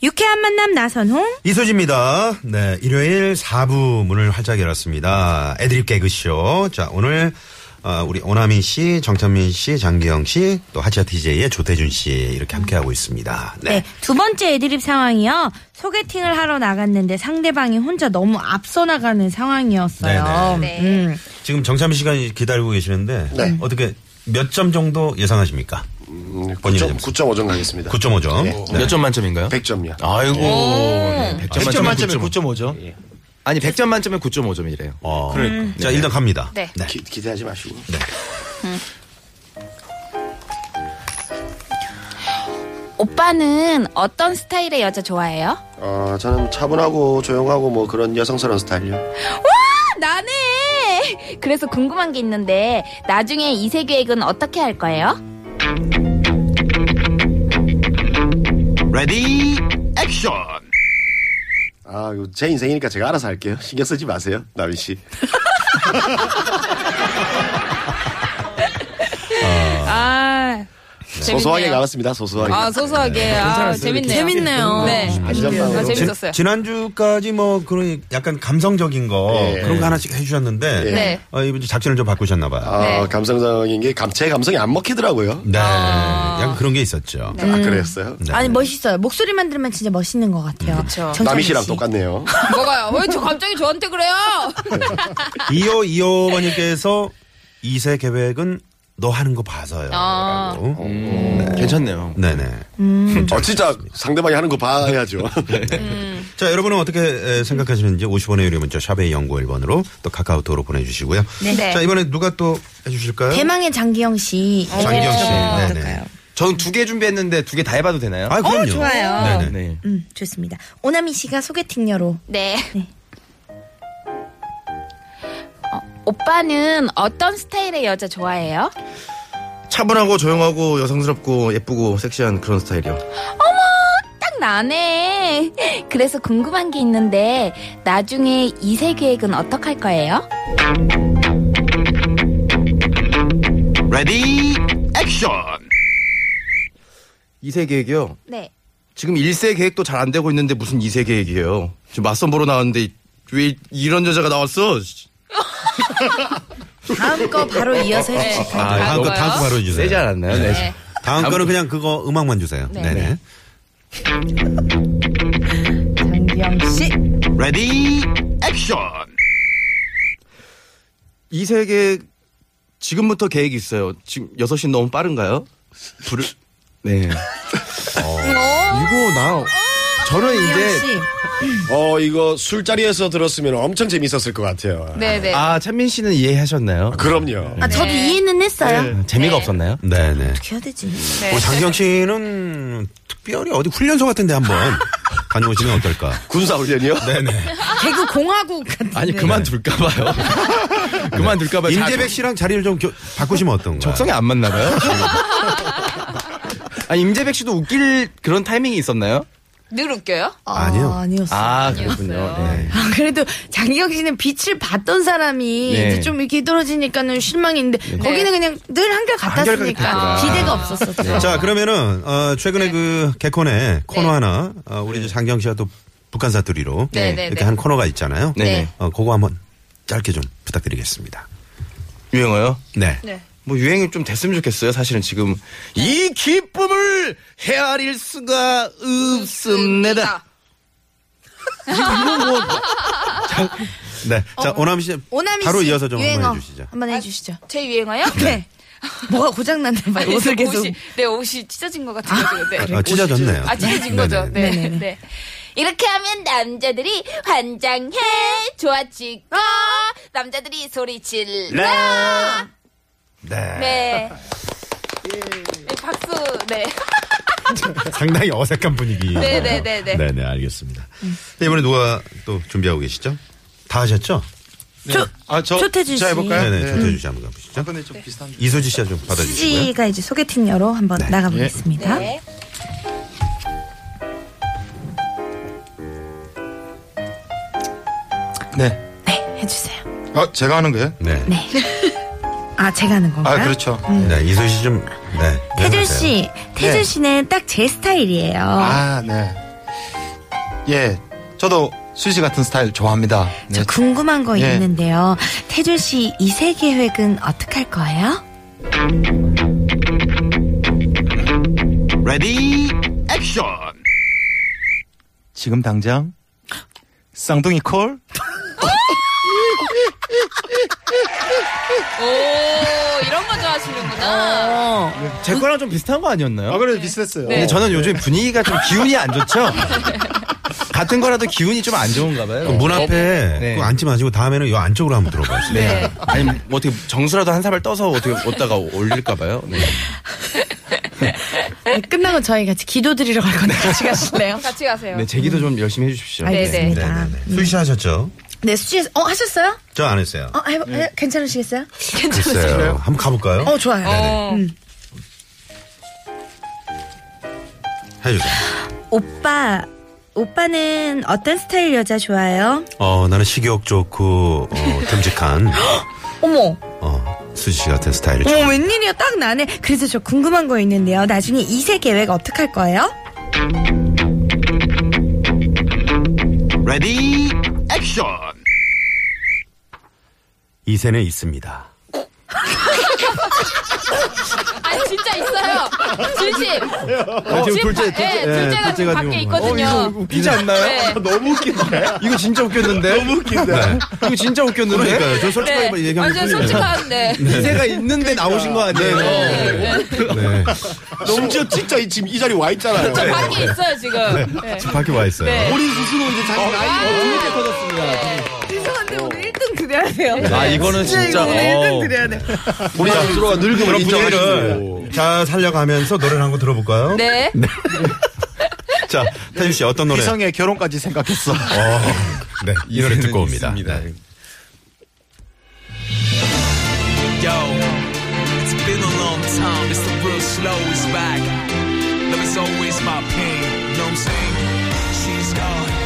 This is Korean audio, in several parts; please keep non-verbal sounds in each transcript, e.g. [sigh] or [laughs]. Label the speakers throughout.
Speaker 1: 유쾌한 만남 나선홍.
Speaker 2: 이수지입니다. 네, 일요일 4부 문을 활짝 열었습니다. 애드립 개그쇼. 자, 오늘 어, 우리 오나민 씨, 정찬민 씨, 장기영 씨, 또 하치아 TJ의 조태준 씨 이렇게 함께하고 있습니다.
Speaker 1: 네.
Speaker 2: 네.
Speaker 1: 두 번째 애드립 상황이요. 소개팅을 하러 나갔는데 상대방이 혼자 너무 앞서 나가는 상황이었어요.
Speaker 2: 네네.
Speaker 1: 음.
Speaker 2: 지금 정찬민 씨가 기다리고 계시는데 어떻게 몇 점 정도 예상하십니까? 본인의 점수.
Speaker 3: 9.5점 가겠습니다.
Speaker 2: 9.5점.
Speaker 4: 네.
Speaker 5: 몇 점 만점인가요?
Speaker 3: 100점이요.
Speaker 5: 아이고. 네,
Speaker 2: 아,
Speaker 5: 100점,
Speaker 4: 100점 만점에
Speaker 5: 만점에 9.5.
Speaker 4: 9.5죠.
Speaker 5: 아니 100점 만점에 9.5점이래요.
Speaker 2: 어.
Speaker 4: 네.
Speaker 2: 자, 일단 갑니다.
Speaker 6: 네.
Speaker 3: 기, 기대하지 마시고.
Speaker 6: 네. 오빠는 어떤 스타일의 여자 좋아해요?
Speaker 3: 어, 저는 차분하고 조용하고 뭐 그런 여성스러운 스타일이요.
Speaker 6: 아, 나네! [laughs] 그래서 궁금한 게 있는데, 나중에 이세 계획은 어떻게 할 거예요?
Speaker 5: 레디 액션.
Speaker 3: 아, 이거 제 인생이니까 제가 알아서 할게요. 신경 쓰지 마세요, 나민 씨.
Speaker 6: 아,
Speaker 3: 소소하게 가봤습니다, 소소하게.
Speaker 6: 아, 소소하게. 아, 재밌네요.
Speaker 1: 재밌네요.
Speaker 6: 네.
Speaker 3: 안전망으로.
Speaker 6: 아, 재밌었어요.
Speaker 2: 지, 난주까지뭐 그런 약간 감성적인 거
Speaker 3: 예.
Speaker 2: 그런 거 하나씩 해주셨는데
Speaker 6: 네.
Speaker 2: 어, 이번 작전을 좀 바꾸셨나 봐요.
Speaker 3: 아,
Speaker 6: 네.
Speaker 3: 감성적인 게, 감, 제 감성이 안 먹히더라고요.
Speaker 2: 네, 약간 그런 게 있었죠.
Speaker 6: 네.
Speaker 3: 아,
Speaker 6: 음.
Speaker 3: 그랬어요?
Speaker 1: 아니 멋있어요. 목소리만 들으면 진짜 멋있는 것 같아요. 정찬민
Speaker 3: 나민 씨랑
Speaker 1: 씨.
Speaker 3: 똑같네요.
Speaker 6: 뭐가요? 왜 저 갑자기 저한테 그래요?
Speaker 2: 2호 2호 번님께서 2세 계획은 너 하는 거 봐서요.
Speaker 6: 아.
Speaker 2: 라고.
Speaker 5: 괜찮네요.
Speaker 2: 네네.
Speaker 3: 어, 진짜 상대방이 하는 거 봐야죠.
Speaker 2: [laughs] 자, 여러분은 어떻게 에, 생각하시는지 50원의 유료 문자 샵의 영구 1번으로 또 카카오톡으로 보내주시고요.
Speaker 6: 네.
Speaker 2: 자, 이번에 누가 또 해주실까요?
Speaker 1: 대망의 장기영 씨.
Speaker 2: 장기영 씨. 네네.
Speaker 5: 저는 두 개 준비했는데 두 개 다 해봐도 되나요? 어,
Speaker 2: 아, 그럼요.
Speaker 1: 좋아요.
Speaker 2: 네네.
Speaker 5: 네.
Speaker 1: 음, 좋습니다. 오나미 씨가 소개팅녀로.
Speaker 6: 네. 어, 오빠는 어떤 스타일의 여자 좋아해요?
Speaker 4: 차분하고 조용하고 여성스럽고 예쁘고 섹시한 그런 스타일이요.
Speaker 6: 딱 나네. 그래서 궁금한 게 있는데 나중에 이세 계획은 어떻게 할 거예요?
Speaker 5: 레디 액션.
Speaker 4: 2세 계획이요.
Speaker 6: 네.
Speaker 4: 지금 1세 계획도 잘 안 되고 있는데 무슨 2세 계획이에요. 지금 맞선 보러 나왔는데 왜 이런 여자가 나왔어?
Speaker 1: 다음 거 바로 이어서 해주실
Speaker 2: 아, 다음 거, 다음 거 바로 해주세요.
Speaker 4: 세지 않았나요? 네.
Speaker 2: 다음 거는 그냥 그거 음악만 주세요.
Speaker 6: 네.
Speaker 2: 네. 네
Speaker 1: 장기영 씨.
Speaker 5: 레디 액션.
Speaker 4: 2세 계획 지금부터 계획이 있어요. 지금 6시 너무 빠른가요? 불을 네. 이거 나 저는
Speaker 2: 네.
Speaker 1: 장기영 씨.
Speaker 3: 어, 이거 술자리에서 들었으면 엄청 재밌었을 것 같아요.
Speaker 6: 네네.
Speaker 4: 아 찬민 씨는 이해하셨나요?
Speaker 3: 그럼요.
Speaker 1: 아 저도 이해는 했어요.
Speaker 4: 네. 재미가 없었나요?
Speaker 2: 네네.
Speaker 1: 어떻게 해야 되지?
Speaker 2: 어, 장기영 씨는 특별히 어디 훈련소 같은데 한번 다녀오시면 어떨까.
Speaker 3: 군사훈련이요?
Speaker 2: 네.
Speaker 1: 아, 개그 공화국 같은.
Speaker 4: 아니 그만둘까봐요. 네.
Speaker 2: 뭐
Speaker 4: 그만둘까봐요.
Speaker 2: 임재백 씨랑 자리를 좀 겨- 바꾸시면 어떤가.
Speaker 4: 적성이 안 맞나봐요. 아 임재백 씨도 웃길 그런 타이밍이 있었나요?
Speaker 6: 늘 웃겨요?
Speaker 2: 아니요.
Speaker 1: 아, 아니었어.
Speaker 4: 아 그렇군요. 네.
Speaker 1: 아, 그래도 장기영 씨는 빛을 봤던 사람이
Speaker 4: 네.
Speaker 1: 이제 좀 이렇게 떨어지니까는 실망인데
Speaker 2: 네.
Speaker 1: 거기는 그냥 늘 한결
Speaker 2: 아,
Speaker 1: 같았으니까
Speaker 4: 한결같았구나.
Speaker 1: 기대가 없었었죠.
Speaker 2: 자, 그러면은, 어, 최근에 그 개콘에 코너
Speaker 6: 네.
Speaker 2: 하나, 어, 우리 이제 장경 씨가 또 북한 사투리로
Speaker 6: 네, 네,
Speaker 2: 이렇게
Speaker 6: 네.
Speaker 2: 한 코너가 있잖아요.
Speaker 4: 네.
Speaker 2: 어, 그거 한번 짧게 좀 부탁드리겠습니다.
Speaker 4: 유행어요?
Speaker 2: 네.
Speaker 4: 뭐 유행이 좀 됐으면 좋겠어요. 사실은 지금 이 기쁨을 헤아릴 수가
Speaker 6: 네.
Speaker 4: 없습니다. 뭐
Speaker 2: 네. 자, 오남 씨.
Speaker 1: 오나미
Speaker 2: 바로
Speaker 1: 씨
Speaker 2: 이어서 좀
Speaker 1: 유행어 아,
Speaker 2: 한번 해주시죠.
Speaker 1: 한번 해주시죠.
Speaker 6: 제 [laughs] 유행어요?
Speaker 1: 네. 뭐가 고장 났나 봐요. 옷을 계속.
Speaker 6: 옷이, 네, 옷이 찢어진 것 같아요. 네.
Speaker 2: 아, 찢어졌네요.
Speaker 6: 아, 찢어진 거죠. 네. 네. 이렇게 하면 남자들이 환장해 좋아지고 남자들이 소리 질러
Speaker 2: 네.
Speaker 6: 네. 네, 박수 네
Speaker 2: 상당히 어색한 분위기.
Speaker 6: 네, 네, 네, 네.
Speaker 2: 네, 알겠습니다. 네, 이번에 누가 또 준비하고 계시죠? 다 하셨죠? 네.
Speaker 1: 조-
Speaker 4: 아, 저,
Speaker 1: 조태준
Speaker 4: 자,
Speaker 1: 씨.
Speaker 4: 해볼까요?
Speaker 2: 네네, 조태준 씨 한번 가보시죠.
Speaker 4: 이번에 네, 좀 비슷한.
Speaker 2: 이수지 씨가 좀 받아주시고요. 네.
Speaker 1: 수지가 이제 소개팅녀로 한번 나가보겠습니다.
Speaker 6: 네.
Speaker 4: 네.
Speaker 1: 네, 해주세요.
Speaker 5: 어,
Speaker 4: 아, 제가 하는 거예요?
Speaker 2: 네.
Speaker 1: 네. 아, 제가 하는
Speaker 4: 아,
Speaker 1: 건가요?
Speaker 4: 그렇죠.
Speaker 6: 음.
Speaker 2: 네, 이수지 씨 좀, 네.
Speaker 1: 태준
Speaker 2: 연락하세요.
Speaker 1: 씨, 태준
Speaker 4: 네.
Speaker 1: 씨는 딱 제 스타일이에요.
Speaker 4: 아, 네. 예. 저도 수지 같은 스타일 좋아합니다.
Speaker 1: 저
Speaker 4: 네.
Speaker 1: 궁금한 거
Speaker 4: 예.
Speaker 1: 있는데요. 태준 씨 이세 계획은 어떻게 할 거예요?
Speaker 5: 레디 액션
Speaker 4: 지금 당장 쌍둥이 콜?
Speaker 6: 오, 이런 거 좋아하시는구나.
Speaker 5: 제 거랑 좀 비슷한 거 아니었나요? 네.
Speaker 4: 아, 그래도 비슷했어요.
Speaker 6: 네.
Speaker 5: 근데 저는 요즘 분위기가 좀 기운이 안
Speaker 6: [laughs]
Speaker 5: 좋죠? 같은 거라도 기운이 좀 안 좋은가 봐요.
Speaker 2: 문
Speaker 4: 어,
Speaker 2: 앞에
Speaker 5: 네.
Speaker 2: 꼭 앉지 마시고 다음에는 요 안쪽으로 한번 들어보세요.
Speaker 5: 네. 아니, 뭐 어떻게 정수라도 한 사발 떠서 어떻게 얻다가 올릴까 봐요. 네.
Speaker 1: 네, 끝나고 저희 같이 기도드리러 갈 건데 같이 가실래요?
Speaker 6: 같이 가세요.
Speaker 5: 네, 제기도 좀 열심히 해주십시오.
Speaker 6: 네네.
Speaker 2: 네네네. 수지 씨 하셨죠?
Speaker 1: [laughs] 네, 수지, 어, 하셨어요?
Speaker 2: 저 안 했어요.
Speaker 1: 어, 해보, 해- 괜찮으시겠어요?
Speaker 2: 글쎄요. 한번 가볼까요?
Speaker 1: 어, 좋아요.
Speaker 6: 어.
Speaker 2: 해주세요.
Speaker 1: 오빠, 오빠는 어떤 스타일 여자 좋아해요?
Speaker 2: 어, 나는 식욕 좋고,
Speaker 1: [laughs]
Speaker 2: 어, 듬직한,
Speaker 1: 어머,
Speaker 2: 어, 수지 씨 같은 스타일을 좋아.
Speaker 1: 어머, 웬일이야, 딱 나네. 그래서 저 궁금한 거 있는데요. 나중에 이세 계획 어떻게 할 거예요?
Speaker 5: 레디 액션
Speaker 2: 이세는 있습니다.
Speaker 6: 아니, 진짜 있어요. 진심.
Speaker 5: 아, 지금
Speaker 6: 둘째,
Speaker 5: 둘째,
Speaker 6: 예,
Speaker 5: 둘째, 둘째가
Speaker 6: 둘째가 지금
Speaker 5: 지금 어,
Speaker 6: 밖에 있거든요.
Speaker 5: 웃기지 않나요? [laughs]
Speaker 6: 네.
Speaker 3: 너무 웃긴데.
Speaker 5: 이거 진짜 웃겼는데. 네. 너무 웃긴데. 이거 진짜 웃겼는데.
Speaker 2: 저
Speaker 6: 네. 완전 솔직한데.
Speaker 5: 인세가 있는데 나오신 거 아니에요?
Speaker 2: 네.
Speaker 3: 심지어 진짜 이- 지금 이 자리 와 있잖아요.
Speaker 6: 저 밖에 있어요, 지금. 네.
Speaker 2: 지금 밖에 와 있어요.
Speaker 6: 네.
Speaker 3: 본인 스스로 이제 자기 나이
Speaker 5: 재밌게 터졌습니다.
Speaker 1: 죄송한데 오늘 1등 그려야 돼요.
Speaker 5: 아, 이거는 진짜. 어.
Speaker 3: 네. 우리 스스로가 늙음을
Speaker 2: 아, 그런 분위기를 잘 살려가면서 노래를 한 거 들어볼까요?
Speaker 6: 네.
Speaker 2: 자, 태준 씨 어떤 노래?
Speaker 4: 이성의 결혼까지 생각했어.
Speaker 2: 어, 네, 이 노래 듣고 옵니다.
Speaker 5: 있습니다.
Speaker 2: 네.
Speaker 7: Yo, it's been a long time. It's the real slow is back. Love is always my pain. You know what I'm saying? She's gone.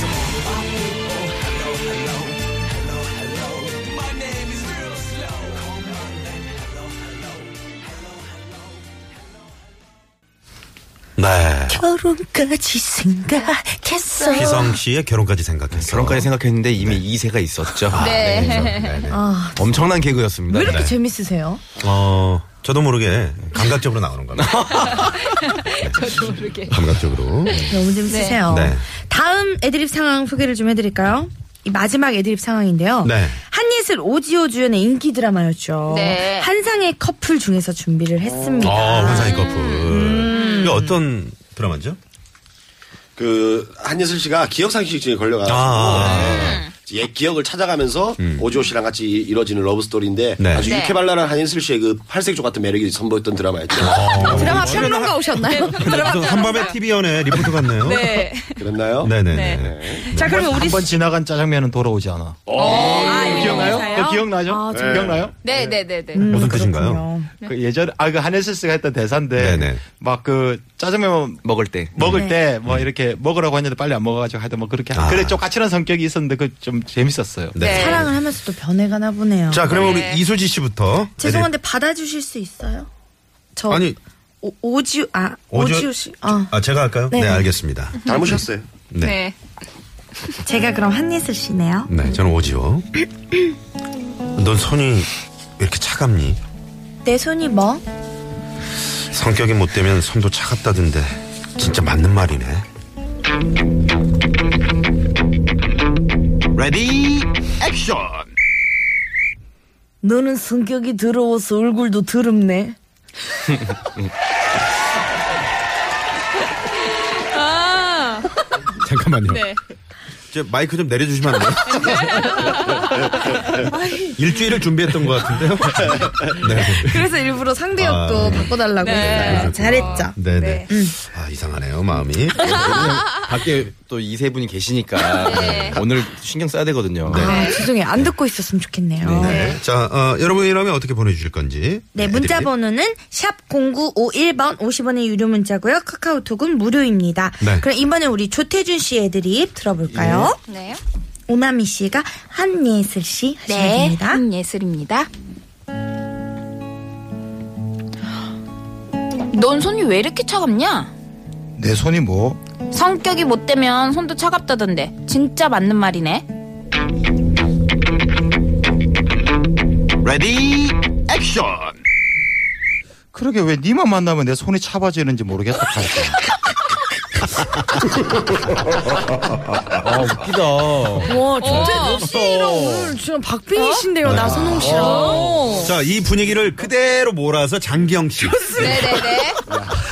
Speaker 7: To all my people, hello, hello, hello, hello. My name is real slow. Call my name, hello, hello, hello, hello.
Speaker 2: 네.
Speaker 1: 결혼까지 생각했어.
Speaker 2: 희성 씨의 결혼까지 생각했어.
Speaker 5: 결혼까지 생각했는데 이미 이 2세가 있었죠.
Speaker 4: 아,
Speaker 6: 네.
Speaker 2: 네네.
Speaker 1: 아.
Speaker 5: 엄청난 개그였습니다.
Speaker 1: 왜 이렇게
Speaker 5: 네.
Speaker 1: 재밌으세요?
Speaker 2: 어, 저도 모르게 감각적으로
Speaker 1: [laughs]
Speaker 2: 나오는 겁니다. 저도 모르게. 감각적으로.
Speaker 1: 너무 재밌으세요.
Speaker 2: 네.
Speaker 1: 다음 애드립 상황 소개를 좀 해드릴까요? 이 마지막 애드립 상황인데요.
Speaker 2: 네.
Speaker 1: 한예슬 오지오 주연의 인기 드라마였죠.
Speaker 6: 네.
Speaker 1: 한상의 커플 중에서 준비를 했습니다.
Speaker 2: 어, 환상의
Speaker 1: 음.
Speaker 2: 커플. 이거 어떤 드라마죠?
Speaker 3: 그 한예슬 씨가 기억 상실증에 걸려가지고
Speaker 2: 아. 음.
Speaker 3: 옛 기억을 찾아가면서 오지호 씨랑 같이 이뤄지는 러브 스토리인데
Speaker 2: 네.
Speaker 3: 아주
Speaker 6: 네.
Speaker 3: 유쾌발랄한 한예슬 씨의 그 팔색조 같은 매력이 선보였던 드라마였죠.
Speaker 2: 어.
Speaker 1: 드라마 평론가 오셨나요?
Speaker 2: 무슨 한밤의 TV 연예 리포터 같네요.
Speaker 6: 네.
Speaker 3: 그랬나요?
Speaker 2: 네네네.
Speaker 1: 자, 그러면 우리
Speaker 4: 한번 지나간 짜장면은 돌아오지 않아. 어, 기억나요? 그거 기억나죠? 기억나요?
Speaker 6: 네, 네, 네, 네.
Speaker 2: 무슨 뜻인가요?
Speaker 1: 음, 그렇군요.
Speaker 4: 그 예전 아 그 한혜슬 씨가 했던 대사인데
Speaker 2: 네네.
Speaker 4: 막 그 짜장면
Speaker 5: 먹을 때.
Speaker 4: 먹을 때 뭐 이렇게 먹으라고 했는데 빨리 안 먹어가지고 하여튼 뭐 그렇게
Speaker 2: 아.
Speaker 4: 그래 좀 까칠한 성격이 있었는데 그 좀 재밌었어요.
Speaker 6: 네.
Speaker 1: 사랑을 하면서 또 변해가나 보네요.
Speaker 2: 자, 그러면
Speaker 6: 네.
Speaker 2: 우리 이수지 씨부터. 네.
Speaker 1: 죄송한데 받아주실 수 있어요? 저
Speaker 2: 아니.
Speaker 1: 오, 오지오 아
Speaker 2: 오지-
Speaker 1: 오지오 씨. 어.
Speaker 2: 아, 제가 할까요?
Speaker 1: 네.
Speaker 2: 네, 알겠습니다.
Speaker 3: 닮으셨어요.
Speaker 2: 네. 네.
Speaker 6: 네.
Speaker 1: 제가 그럼 한예슬 씨네요.
Speaker 2: 저는
Speaker 1: [clears throat]
Speaker 2: 오지호. 넌 손이 왜 이렇게 차갑니?
Speaker 1: 내 손이 뭐?
Speaker 2: 성격이 못 되면 손도 차갑다던데. 진짜 맞는 말이네.
Speaker 5: 레디 액션
Speaker 1: 너는 성격이 더러워서 얼굴도 더럽네.
Speaker 6: 아,
Speaker 2: 잠깐만요.
Speaker 6: 네.
Speaker 2: 저 마이크 좀 내려주시면 안 돼요? 일주일을 준비했던 것 같은데요? 네.
Speaker 1: 그래서 일부러 상대 역도
Speaker 2: 아.
Speaker 1: 바꿔달라고 했어요. 네, 잘했죠.
Speaker 2: 네네. 아, 이상하네요, 마음이.
Speaker 4: 밖에 또 이 세 분이 계시니까 오늘 신경 써야 되거든요.
Speaker 1: 아, 죄송해요. 안 듣고 있었으면 좋겠네요.
Speaker 2: 네. 자, 어, 여러분 이러면 어떻게 보내주실 건지.
Speaker 1: 네, 문자
Speaker 2: 애드립.
Speaker 1: 번호는 샵 0951번 50원의 유료 문자고요. 카카오톡은 무료입니다.
Speaker 2: 네.
Speaker 1: 그럼 이번에 우리 조태준 씨 애드립 들어볼까요?
Speaker 6: 네.
Speaker 1: 오나미 씨가 한예슬 씨 하시면
Speaker 6: 네.
Speaker 1: 됩니다.
Speaker 6: 예술입니다. 넌 손이 왜 이렇게 차갑냐?
Speaker 5: 내 손이 뭐?
Speaker 6: 성격이 못되면 손도 차갑다던데 진짜 맞는 말이네.
Speaker 4: 레디 액션.
Speaker 5: 그러게 왜 니만 만나면 내 손이 차바지는지 모르겠다.
Speaker 4: 아 웃기다.
Speaker 1: 와, 조태준 씨랑 오늘 지금 박빙이 신데요, 나선홍
Speaker 6: 어?
Speaker 1: 씨랑.
Speaker 2: 자, 이 분위기를 그대로 몰아서 장기영 씨.
Speaker 6: 네네네.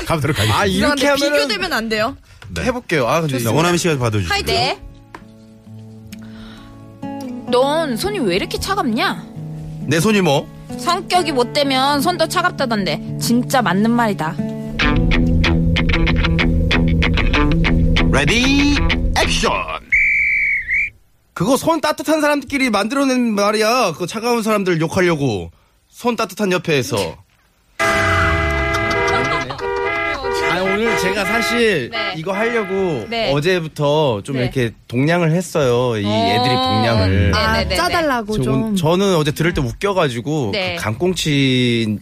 Speaker 2: 가보도록 하겠습니다.
Speaker 4: 아 이렇게
Speaker 1: 이상한데
Speaker 4: 하면
Speaker 1: 비교되면 안 돼요.
Speaker 4: 해볼게요. 아 근데
Speaker 2: 자, 원하민 씨가 봐주시죠.
Speaker 6: 네. 넌 손이 왜 이렇게 차갑냐?
Speaker 4: 내 손이 뭐?
Speaker 6: 성격이 못되면 손도 차갑다던데 진짜 맞는 말이다.
Speaker 4: 레디 액션. 그거 손 따뜻한 사람들끼리 만들어낸 말이야. 그 차가운 사람들 욕하려고 손 따뜻한 옆에서. 아 오늘 제가 사실
Speaker 6: 네.
Speaker 4: 이거 하려고
Speaker 6: 네.
Speaker 4: 어제부터 좀
Speaker 6: 네.
Speaker 4: 이렇게 동량을 했어요. 이 애들이 동량을.
Speaker 6: 네.
Speaker 1: 아,
Speaker 6: 네네네.
Speaker 1: 짜달라고 좀.
Speaker 4: 저, 는 어제 들을 때 웃겨가지고
Speaker 6: 네.
Speaker 4: 그 강꽁치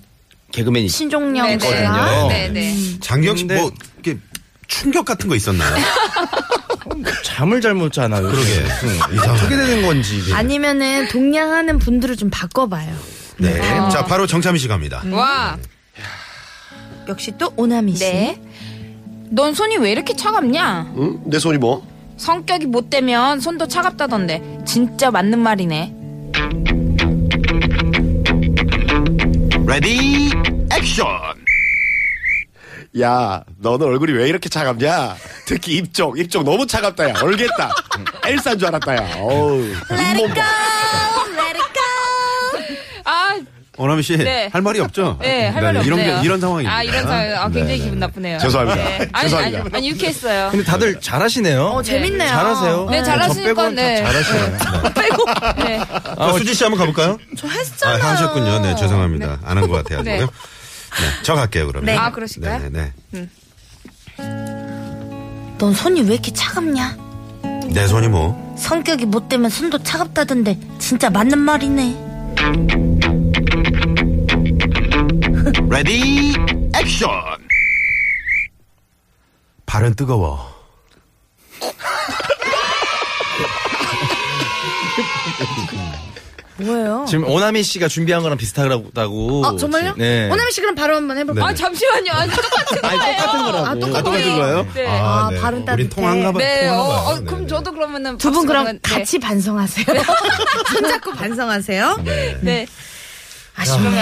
Speaker 4: 개그맨이
Speaker 1: 신종영 씨랑.
Speaker 4: 거든요.
Speaker 6: 네네.
Speaker 2: 장기영 씨
Speaker 4: 근데-
Speaker 2: 뭐, 이렇게 충격 같은 거 있었나요?
Speaker 4: 잠을 잘 못 자나요?
Speaker 2: 그러게.
Speaker 4: 어떻게 되는 건지. 이게.
Speaker 1: 아니면은 동냥하는 분들을 좀 바꿔봐요.
Speaker 2: 네.
Speaker 6: 아.
Speaker 2: 자, 바로 정참희 씨 갑니다.
Speaker 5: 어.
Speaker 6: 와.
Speaker 1: 역시 또 오나미 씨.
Speaker 6: 네. 넌 손이 왜 이렇게 차갑냐?
Speaker 3: 응? 내 손이 뭐?
Speaker 6: 성격이 못되면 손도 차갑다던데 진짜 맞는 말이네.
Speaker 4: 레디 액션.
Speaker 3: 야, 너는 얼굴이 왜 이렇게 차갑냐? 특히 입 쪽, 입 쪽 너무 차갑다, 야. 얼겠다. 엘사인 줄 알았다, 야. 어우. 잇몸 봐.
Speaker 6: 아,
Speaker 2: 원하민 씨,
Speaker 6: 네.
Speaker 2: 할 말이 없죠?
Speaker 6: 네, 할 말이
Speaker 2: 이런, 게-
Speaker 6: 없네요.
Speaker 2: 이런 상황입니다.
Speaker 6: 아, 이런 상황. 아, 굉장히
Speaker 2: 네,
Speaker 6: 기분
Speaker 2: 네.
Speaker 6: 나쁘네요.
Speaker 3: 죄송합니다.
Speaker 6: 아니, 아니,
Speaker 3: 죄송합니다.
Speaker 6: 아니, 유쾌했어요.
Speaker 4: 근데 다들 잘하시네요.
Speaker 1: 어, 재밌네요.
Speaker 4: 잘하세요.
Speaker 6: 네,
Speaker 4: 저
Speaker 6: 잘하시니까,
Speaker 4: 빼고는 다
Speaker 6: 네.
Speaker 4: 잘하시네요.
Speaker 6: 빼고. 네.
Speaker 4: 아,
Speaker 2: 자, 수지 씨 한번 가볼까요?
Speaker 1: 저
Speaker 2: 아,
Speaker 1: 했잖아요.
Speaker 2: 하셨군요. 네, 죄송합니다. 안 한 것 같아요.
Speaker 6: [laughs] 네.
Speaker 2: 네. 네, 저 갈게요, 그러면.
Speaker 1: 네.
Speaker 6: 아, 그러실까요?
Speaker 2: 네, 네.
Speaker 1: 넌 손이 왜 이렇게 차갑냐?
Speaker 6: 음.
Speaker 2: 내 손이 뭐.
Speaker 1: 성격이 못되면 손도 차갑다던데 진짜 맞는 말이네.
Speaker 4: 레디 액션.
Speaker 2: 발은 뜨거워.
Speaker 1: 뭐예요?
Speaker 4: [laughs] 지금 오나미 씨가 준비한 거랑 비슷하다고.
Speaker 1: 아 정말요?
Speaker 4: 네.
Speaker 1: 오나미 씨 그럼 바로 한번 해볼까요?
Speaker 6: 아, 잠시만요. 아니, 똑같은
Speaker 4: 아니, 똑같은 거라고.
Speaker 1: 아, 똑같아요.
Speaker 2: 아, 똑같은 거예요?
Speaker 6: 네.
Speaker 1: 아, 발은
Speaker 2: 어,
Speaker 1: 따뜻해.
Speaker 2: 우린 통한가 봐.
Speaker 6: 네, 어,
Speaker 2: 통한가 봐요.
Speaker 6: 어,
Speaker 2: 네,
Speaker 6: 그럼
Speaker 2: 네.
Speaker 6: 저도 그러면은.
Speaker 1: 두 분 그럼
Speaker 6: 박수는- 네.
Speaker 1: 같이 반성하세요. [laughs] 손잡고 반성하세요.
Speaker 2: 네.
Speaker 6: 네.
Speaker 1: 아쉽네요.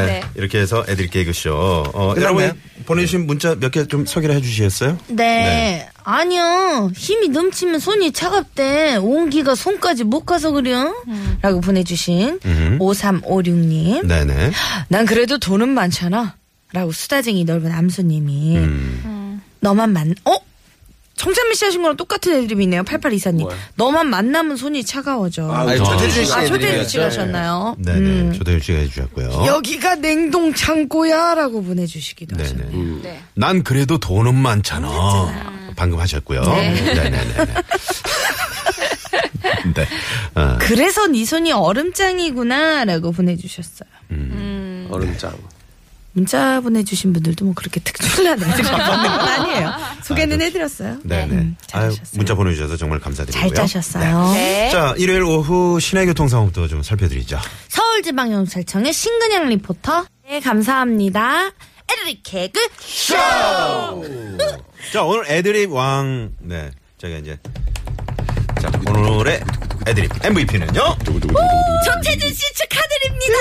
Speaker 2: 네.
Speaker 6: 네.
Speaker 2: 이렇게 해서 애들 개그쇼. 어,
Speaker 4: 끝났나요?
Speaker 2: 여러분 보내주신 문자 몇 개 좀 소개를 해주시겠어요?
Speaker 1: 네. 아니요. 힘이 넘치면 손이 차갑대. 온기가 손까지 못 가서 그래요. 라고 보내주신 5356님.
Speaker 2: 네네.
Speaker 1: 난 그래도 돈은 많잖아. 라고 수다쟁이 넓은 암수님이. 너만 만, 어? 정찬미 씨 하신 거랑 똑같은 애드립이네요. 8824님. 너만 만나면 손이 차가워져. 아,
Speaker 4: 아니, 조태준 씨.
Speaker 1: 초대준 씨가 하셨나요?
Speaker 2: 네네.
Speaker 1: 음.
Speaker 2: 조대윤 씨가 해주셨고요.
Speaker 1: 여기가 냉동 창고야 라고 보내주시기도
Speaker 2: 네네.
Speaker 1: 하셨네요.
Speaker 6: 네.
Speaker 2: 그렇죠. 음. 난 그래도 돈은 많잖아. 방금 하셨고요. 네네네.
Speaker 1: [laughs]
Speaker 2: 네. 어,
Speaker 1: 그래서 네 손이 얼음장이구나 라고 보내주셨어요.
Speaker 3: 얼음장.
Speaker 1: 문자 보내주신 분들도 뭐 그렇게 특출난 애들이 아니에요. 소개는 해드렸어요.
Speaker 2: 네네.
Speaker 1: 음,
Speaker 2: 아유,
Speaker 1: 잘하셨어요.
Speaker 2: 문자 보내주셔서 정말 감사드리고요.
Speaker 1: 잘 짜셨어요.
Speaker 6: 네.
Speaker 2: 자, 일요일 오후 시내 교통 상황부터 좀 살펴드리죠.
Speaker 1: 서울지방경찰청의 신근양 리포터. 네, 감사합니다. 에르리 개그.
Speaker 2: 자, 오늘 애드립 왕, 네. 저희가 이제. 자, 오늘의 애드립 MVP는요?
Speaker 1: 조태준 씨 축하드립니다.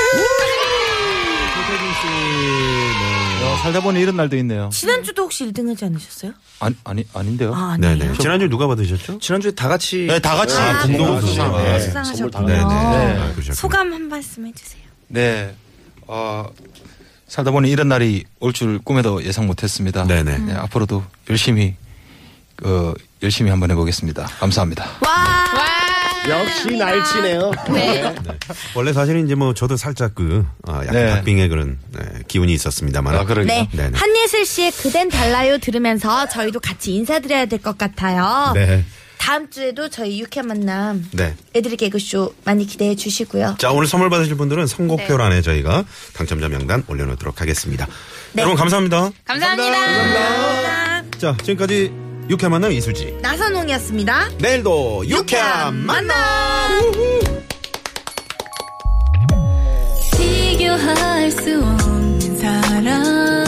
Speaker 2: 조태준 씨, 네.
Speaker 4: 야, 어, 살다 보니 이런 날도 있네요.
Speaker 1: 지난주도 혹시 1등 하지 않으셨어요?
Speaker 4: 아니, 아니, 아닌데요.
Speaker 1: 아, 아니에요.
Speaker 2: 네네. 지난주 누가 받으셨죠?
Speaker 5: 지난주에 다 같이
Speaker 2: 네, 다 같이 공동
Speaker 3: 공동
Speaker 2: 수상.
Speaker 3: 수상.
Speaker 2: 네.
Speaker 1: 수상하셨군요.
Speaker 2: 네네. 아, 그러셨군요.
Speaker 1: 어, 소감 한 말씀 해주세요.
Speaker 4: 네. 어, 살다 보니 이런 날이 올 줄 꿈에도 예상 못했습니다.
Speaker 2: 네네.
Speaker 1: 음.
Speaker 4: 네, 앞으로도 열심히 어, 열심히 한번 해보겠습니다. 감사합니다.
Speaker 2: 아,
Speaker 3: 역시 날치네요.
Speaker 6: 네.
Speaker 2: 원래 사실은 이제 뭐 저도 살짝 그 아, 약간
Speaker 4: 네.
Speaker 2: 박빙의 그런 네, 기운이 있었습니다만.
Speaker 4: 아, 그러게요.
Speaker 2: 네.
Speaker 4: 네.
Speaker 2: 네네.
Speaker 1: 한예슬 씨의 그댄 달라요 들으면서 저희도 같이 인사드려야 될 것 같아요.
Speaker 2: 네.
Speaker 1: 다음 주에도 저희 유쾌 만남
Speaker 2: 네.
Speaker 1: 애들이 개그쇼 많이 기대해 주시고요.
Speaker 2: 자 오늘 선물 받으실 분들은 선곡표란에 저희가 당첨자 명단 올려놓도록 하겠습니다. 여러분 감사합니다.
Speaker 6: 감사합니다.
Speaker 2: 자 지금까지 유쾌한 만남 이수지.
Speaker 1: 나선홍이었습니다.
Speaker 2: 내일도 유쾌한
Speaker 1: 만남.
Speaker 8: 비교할 수 없는 사람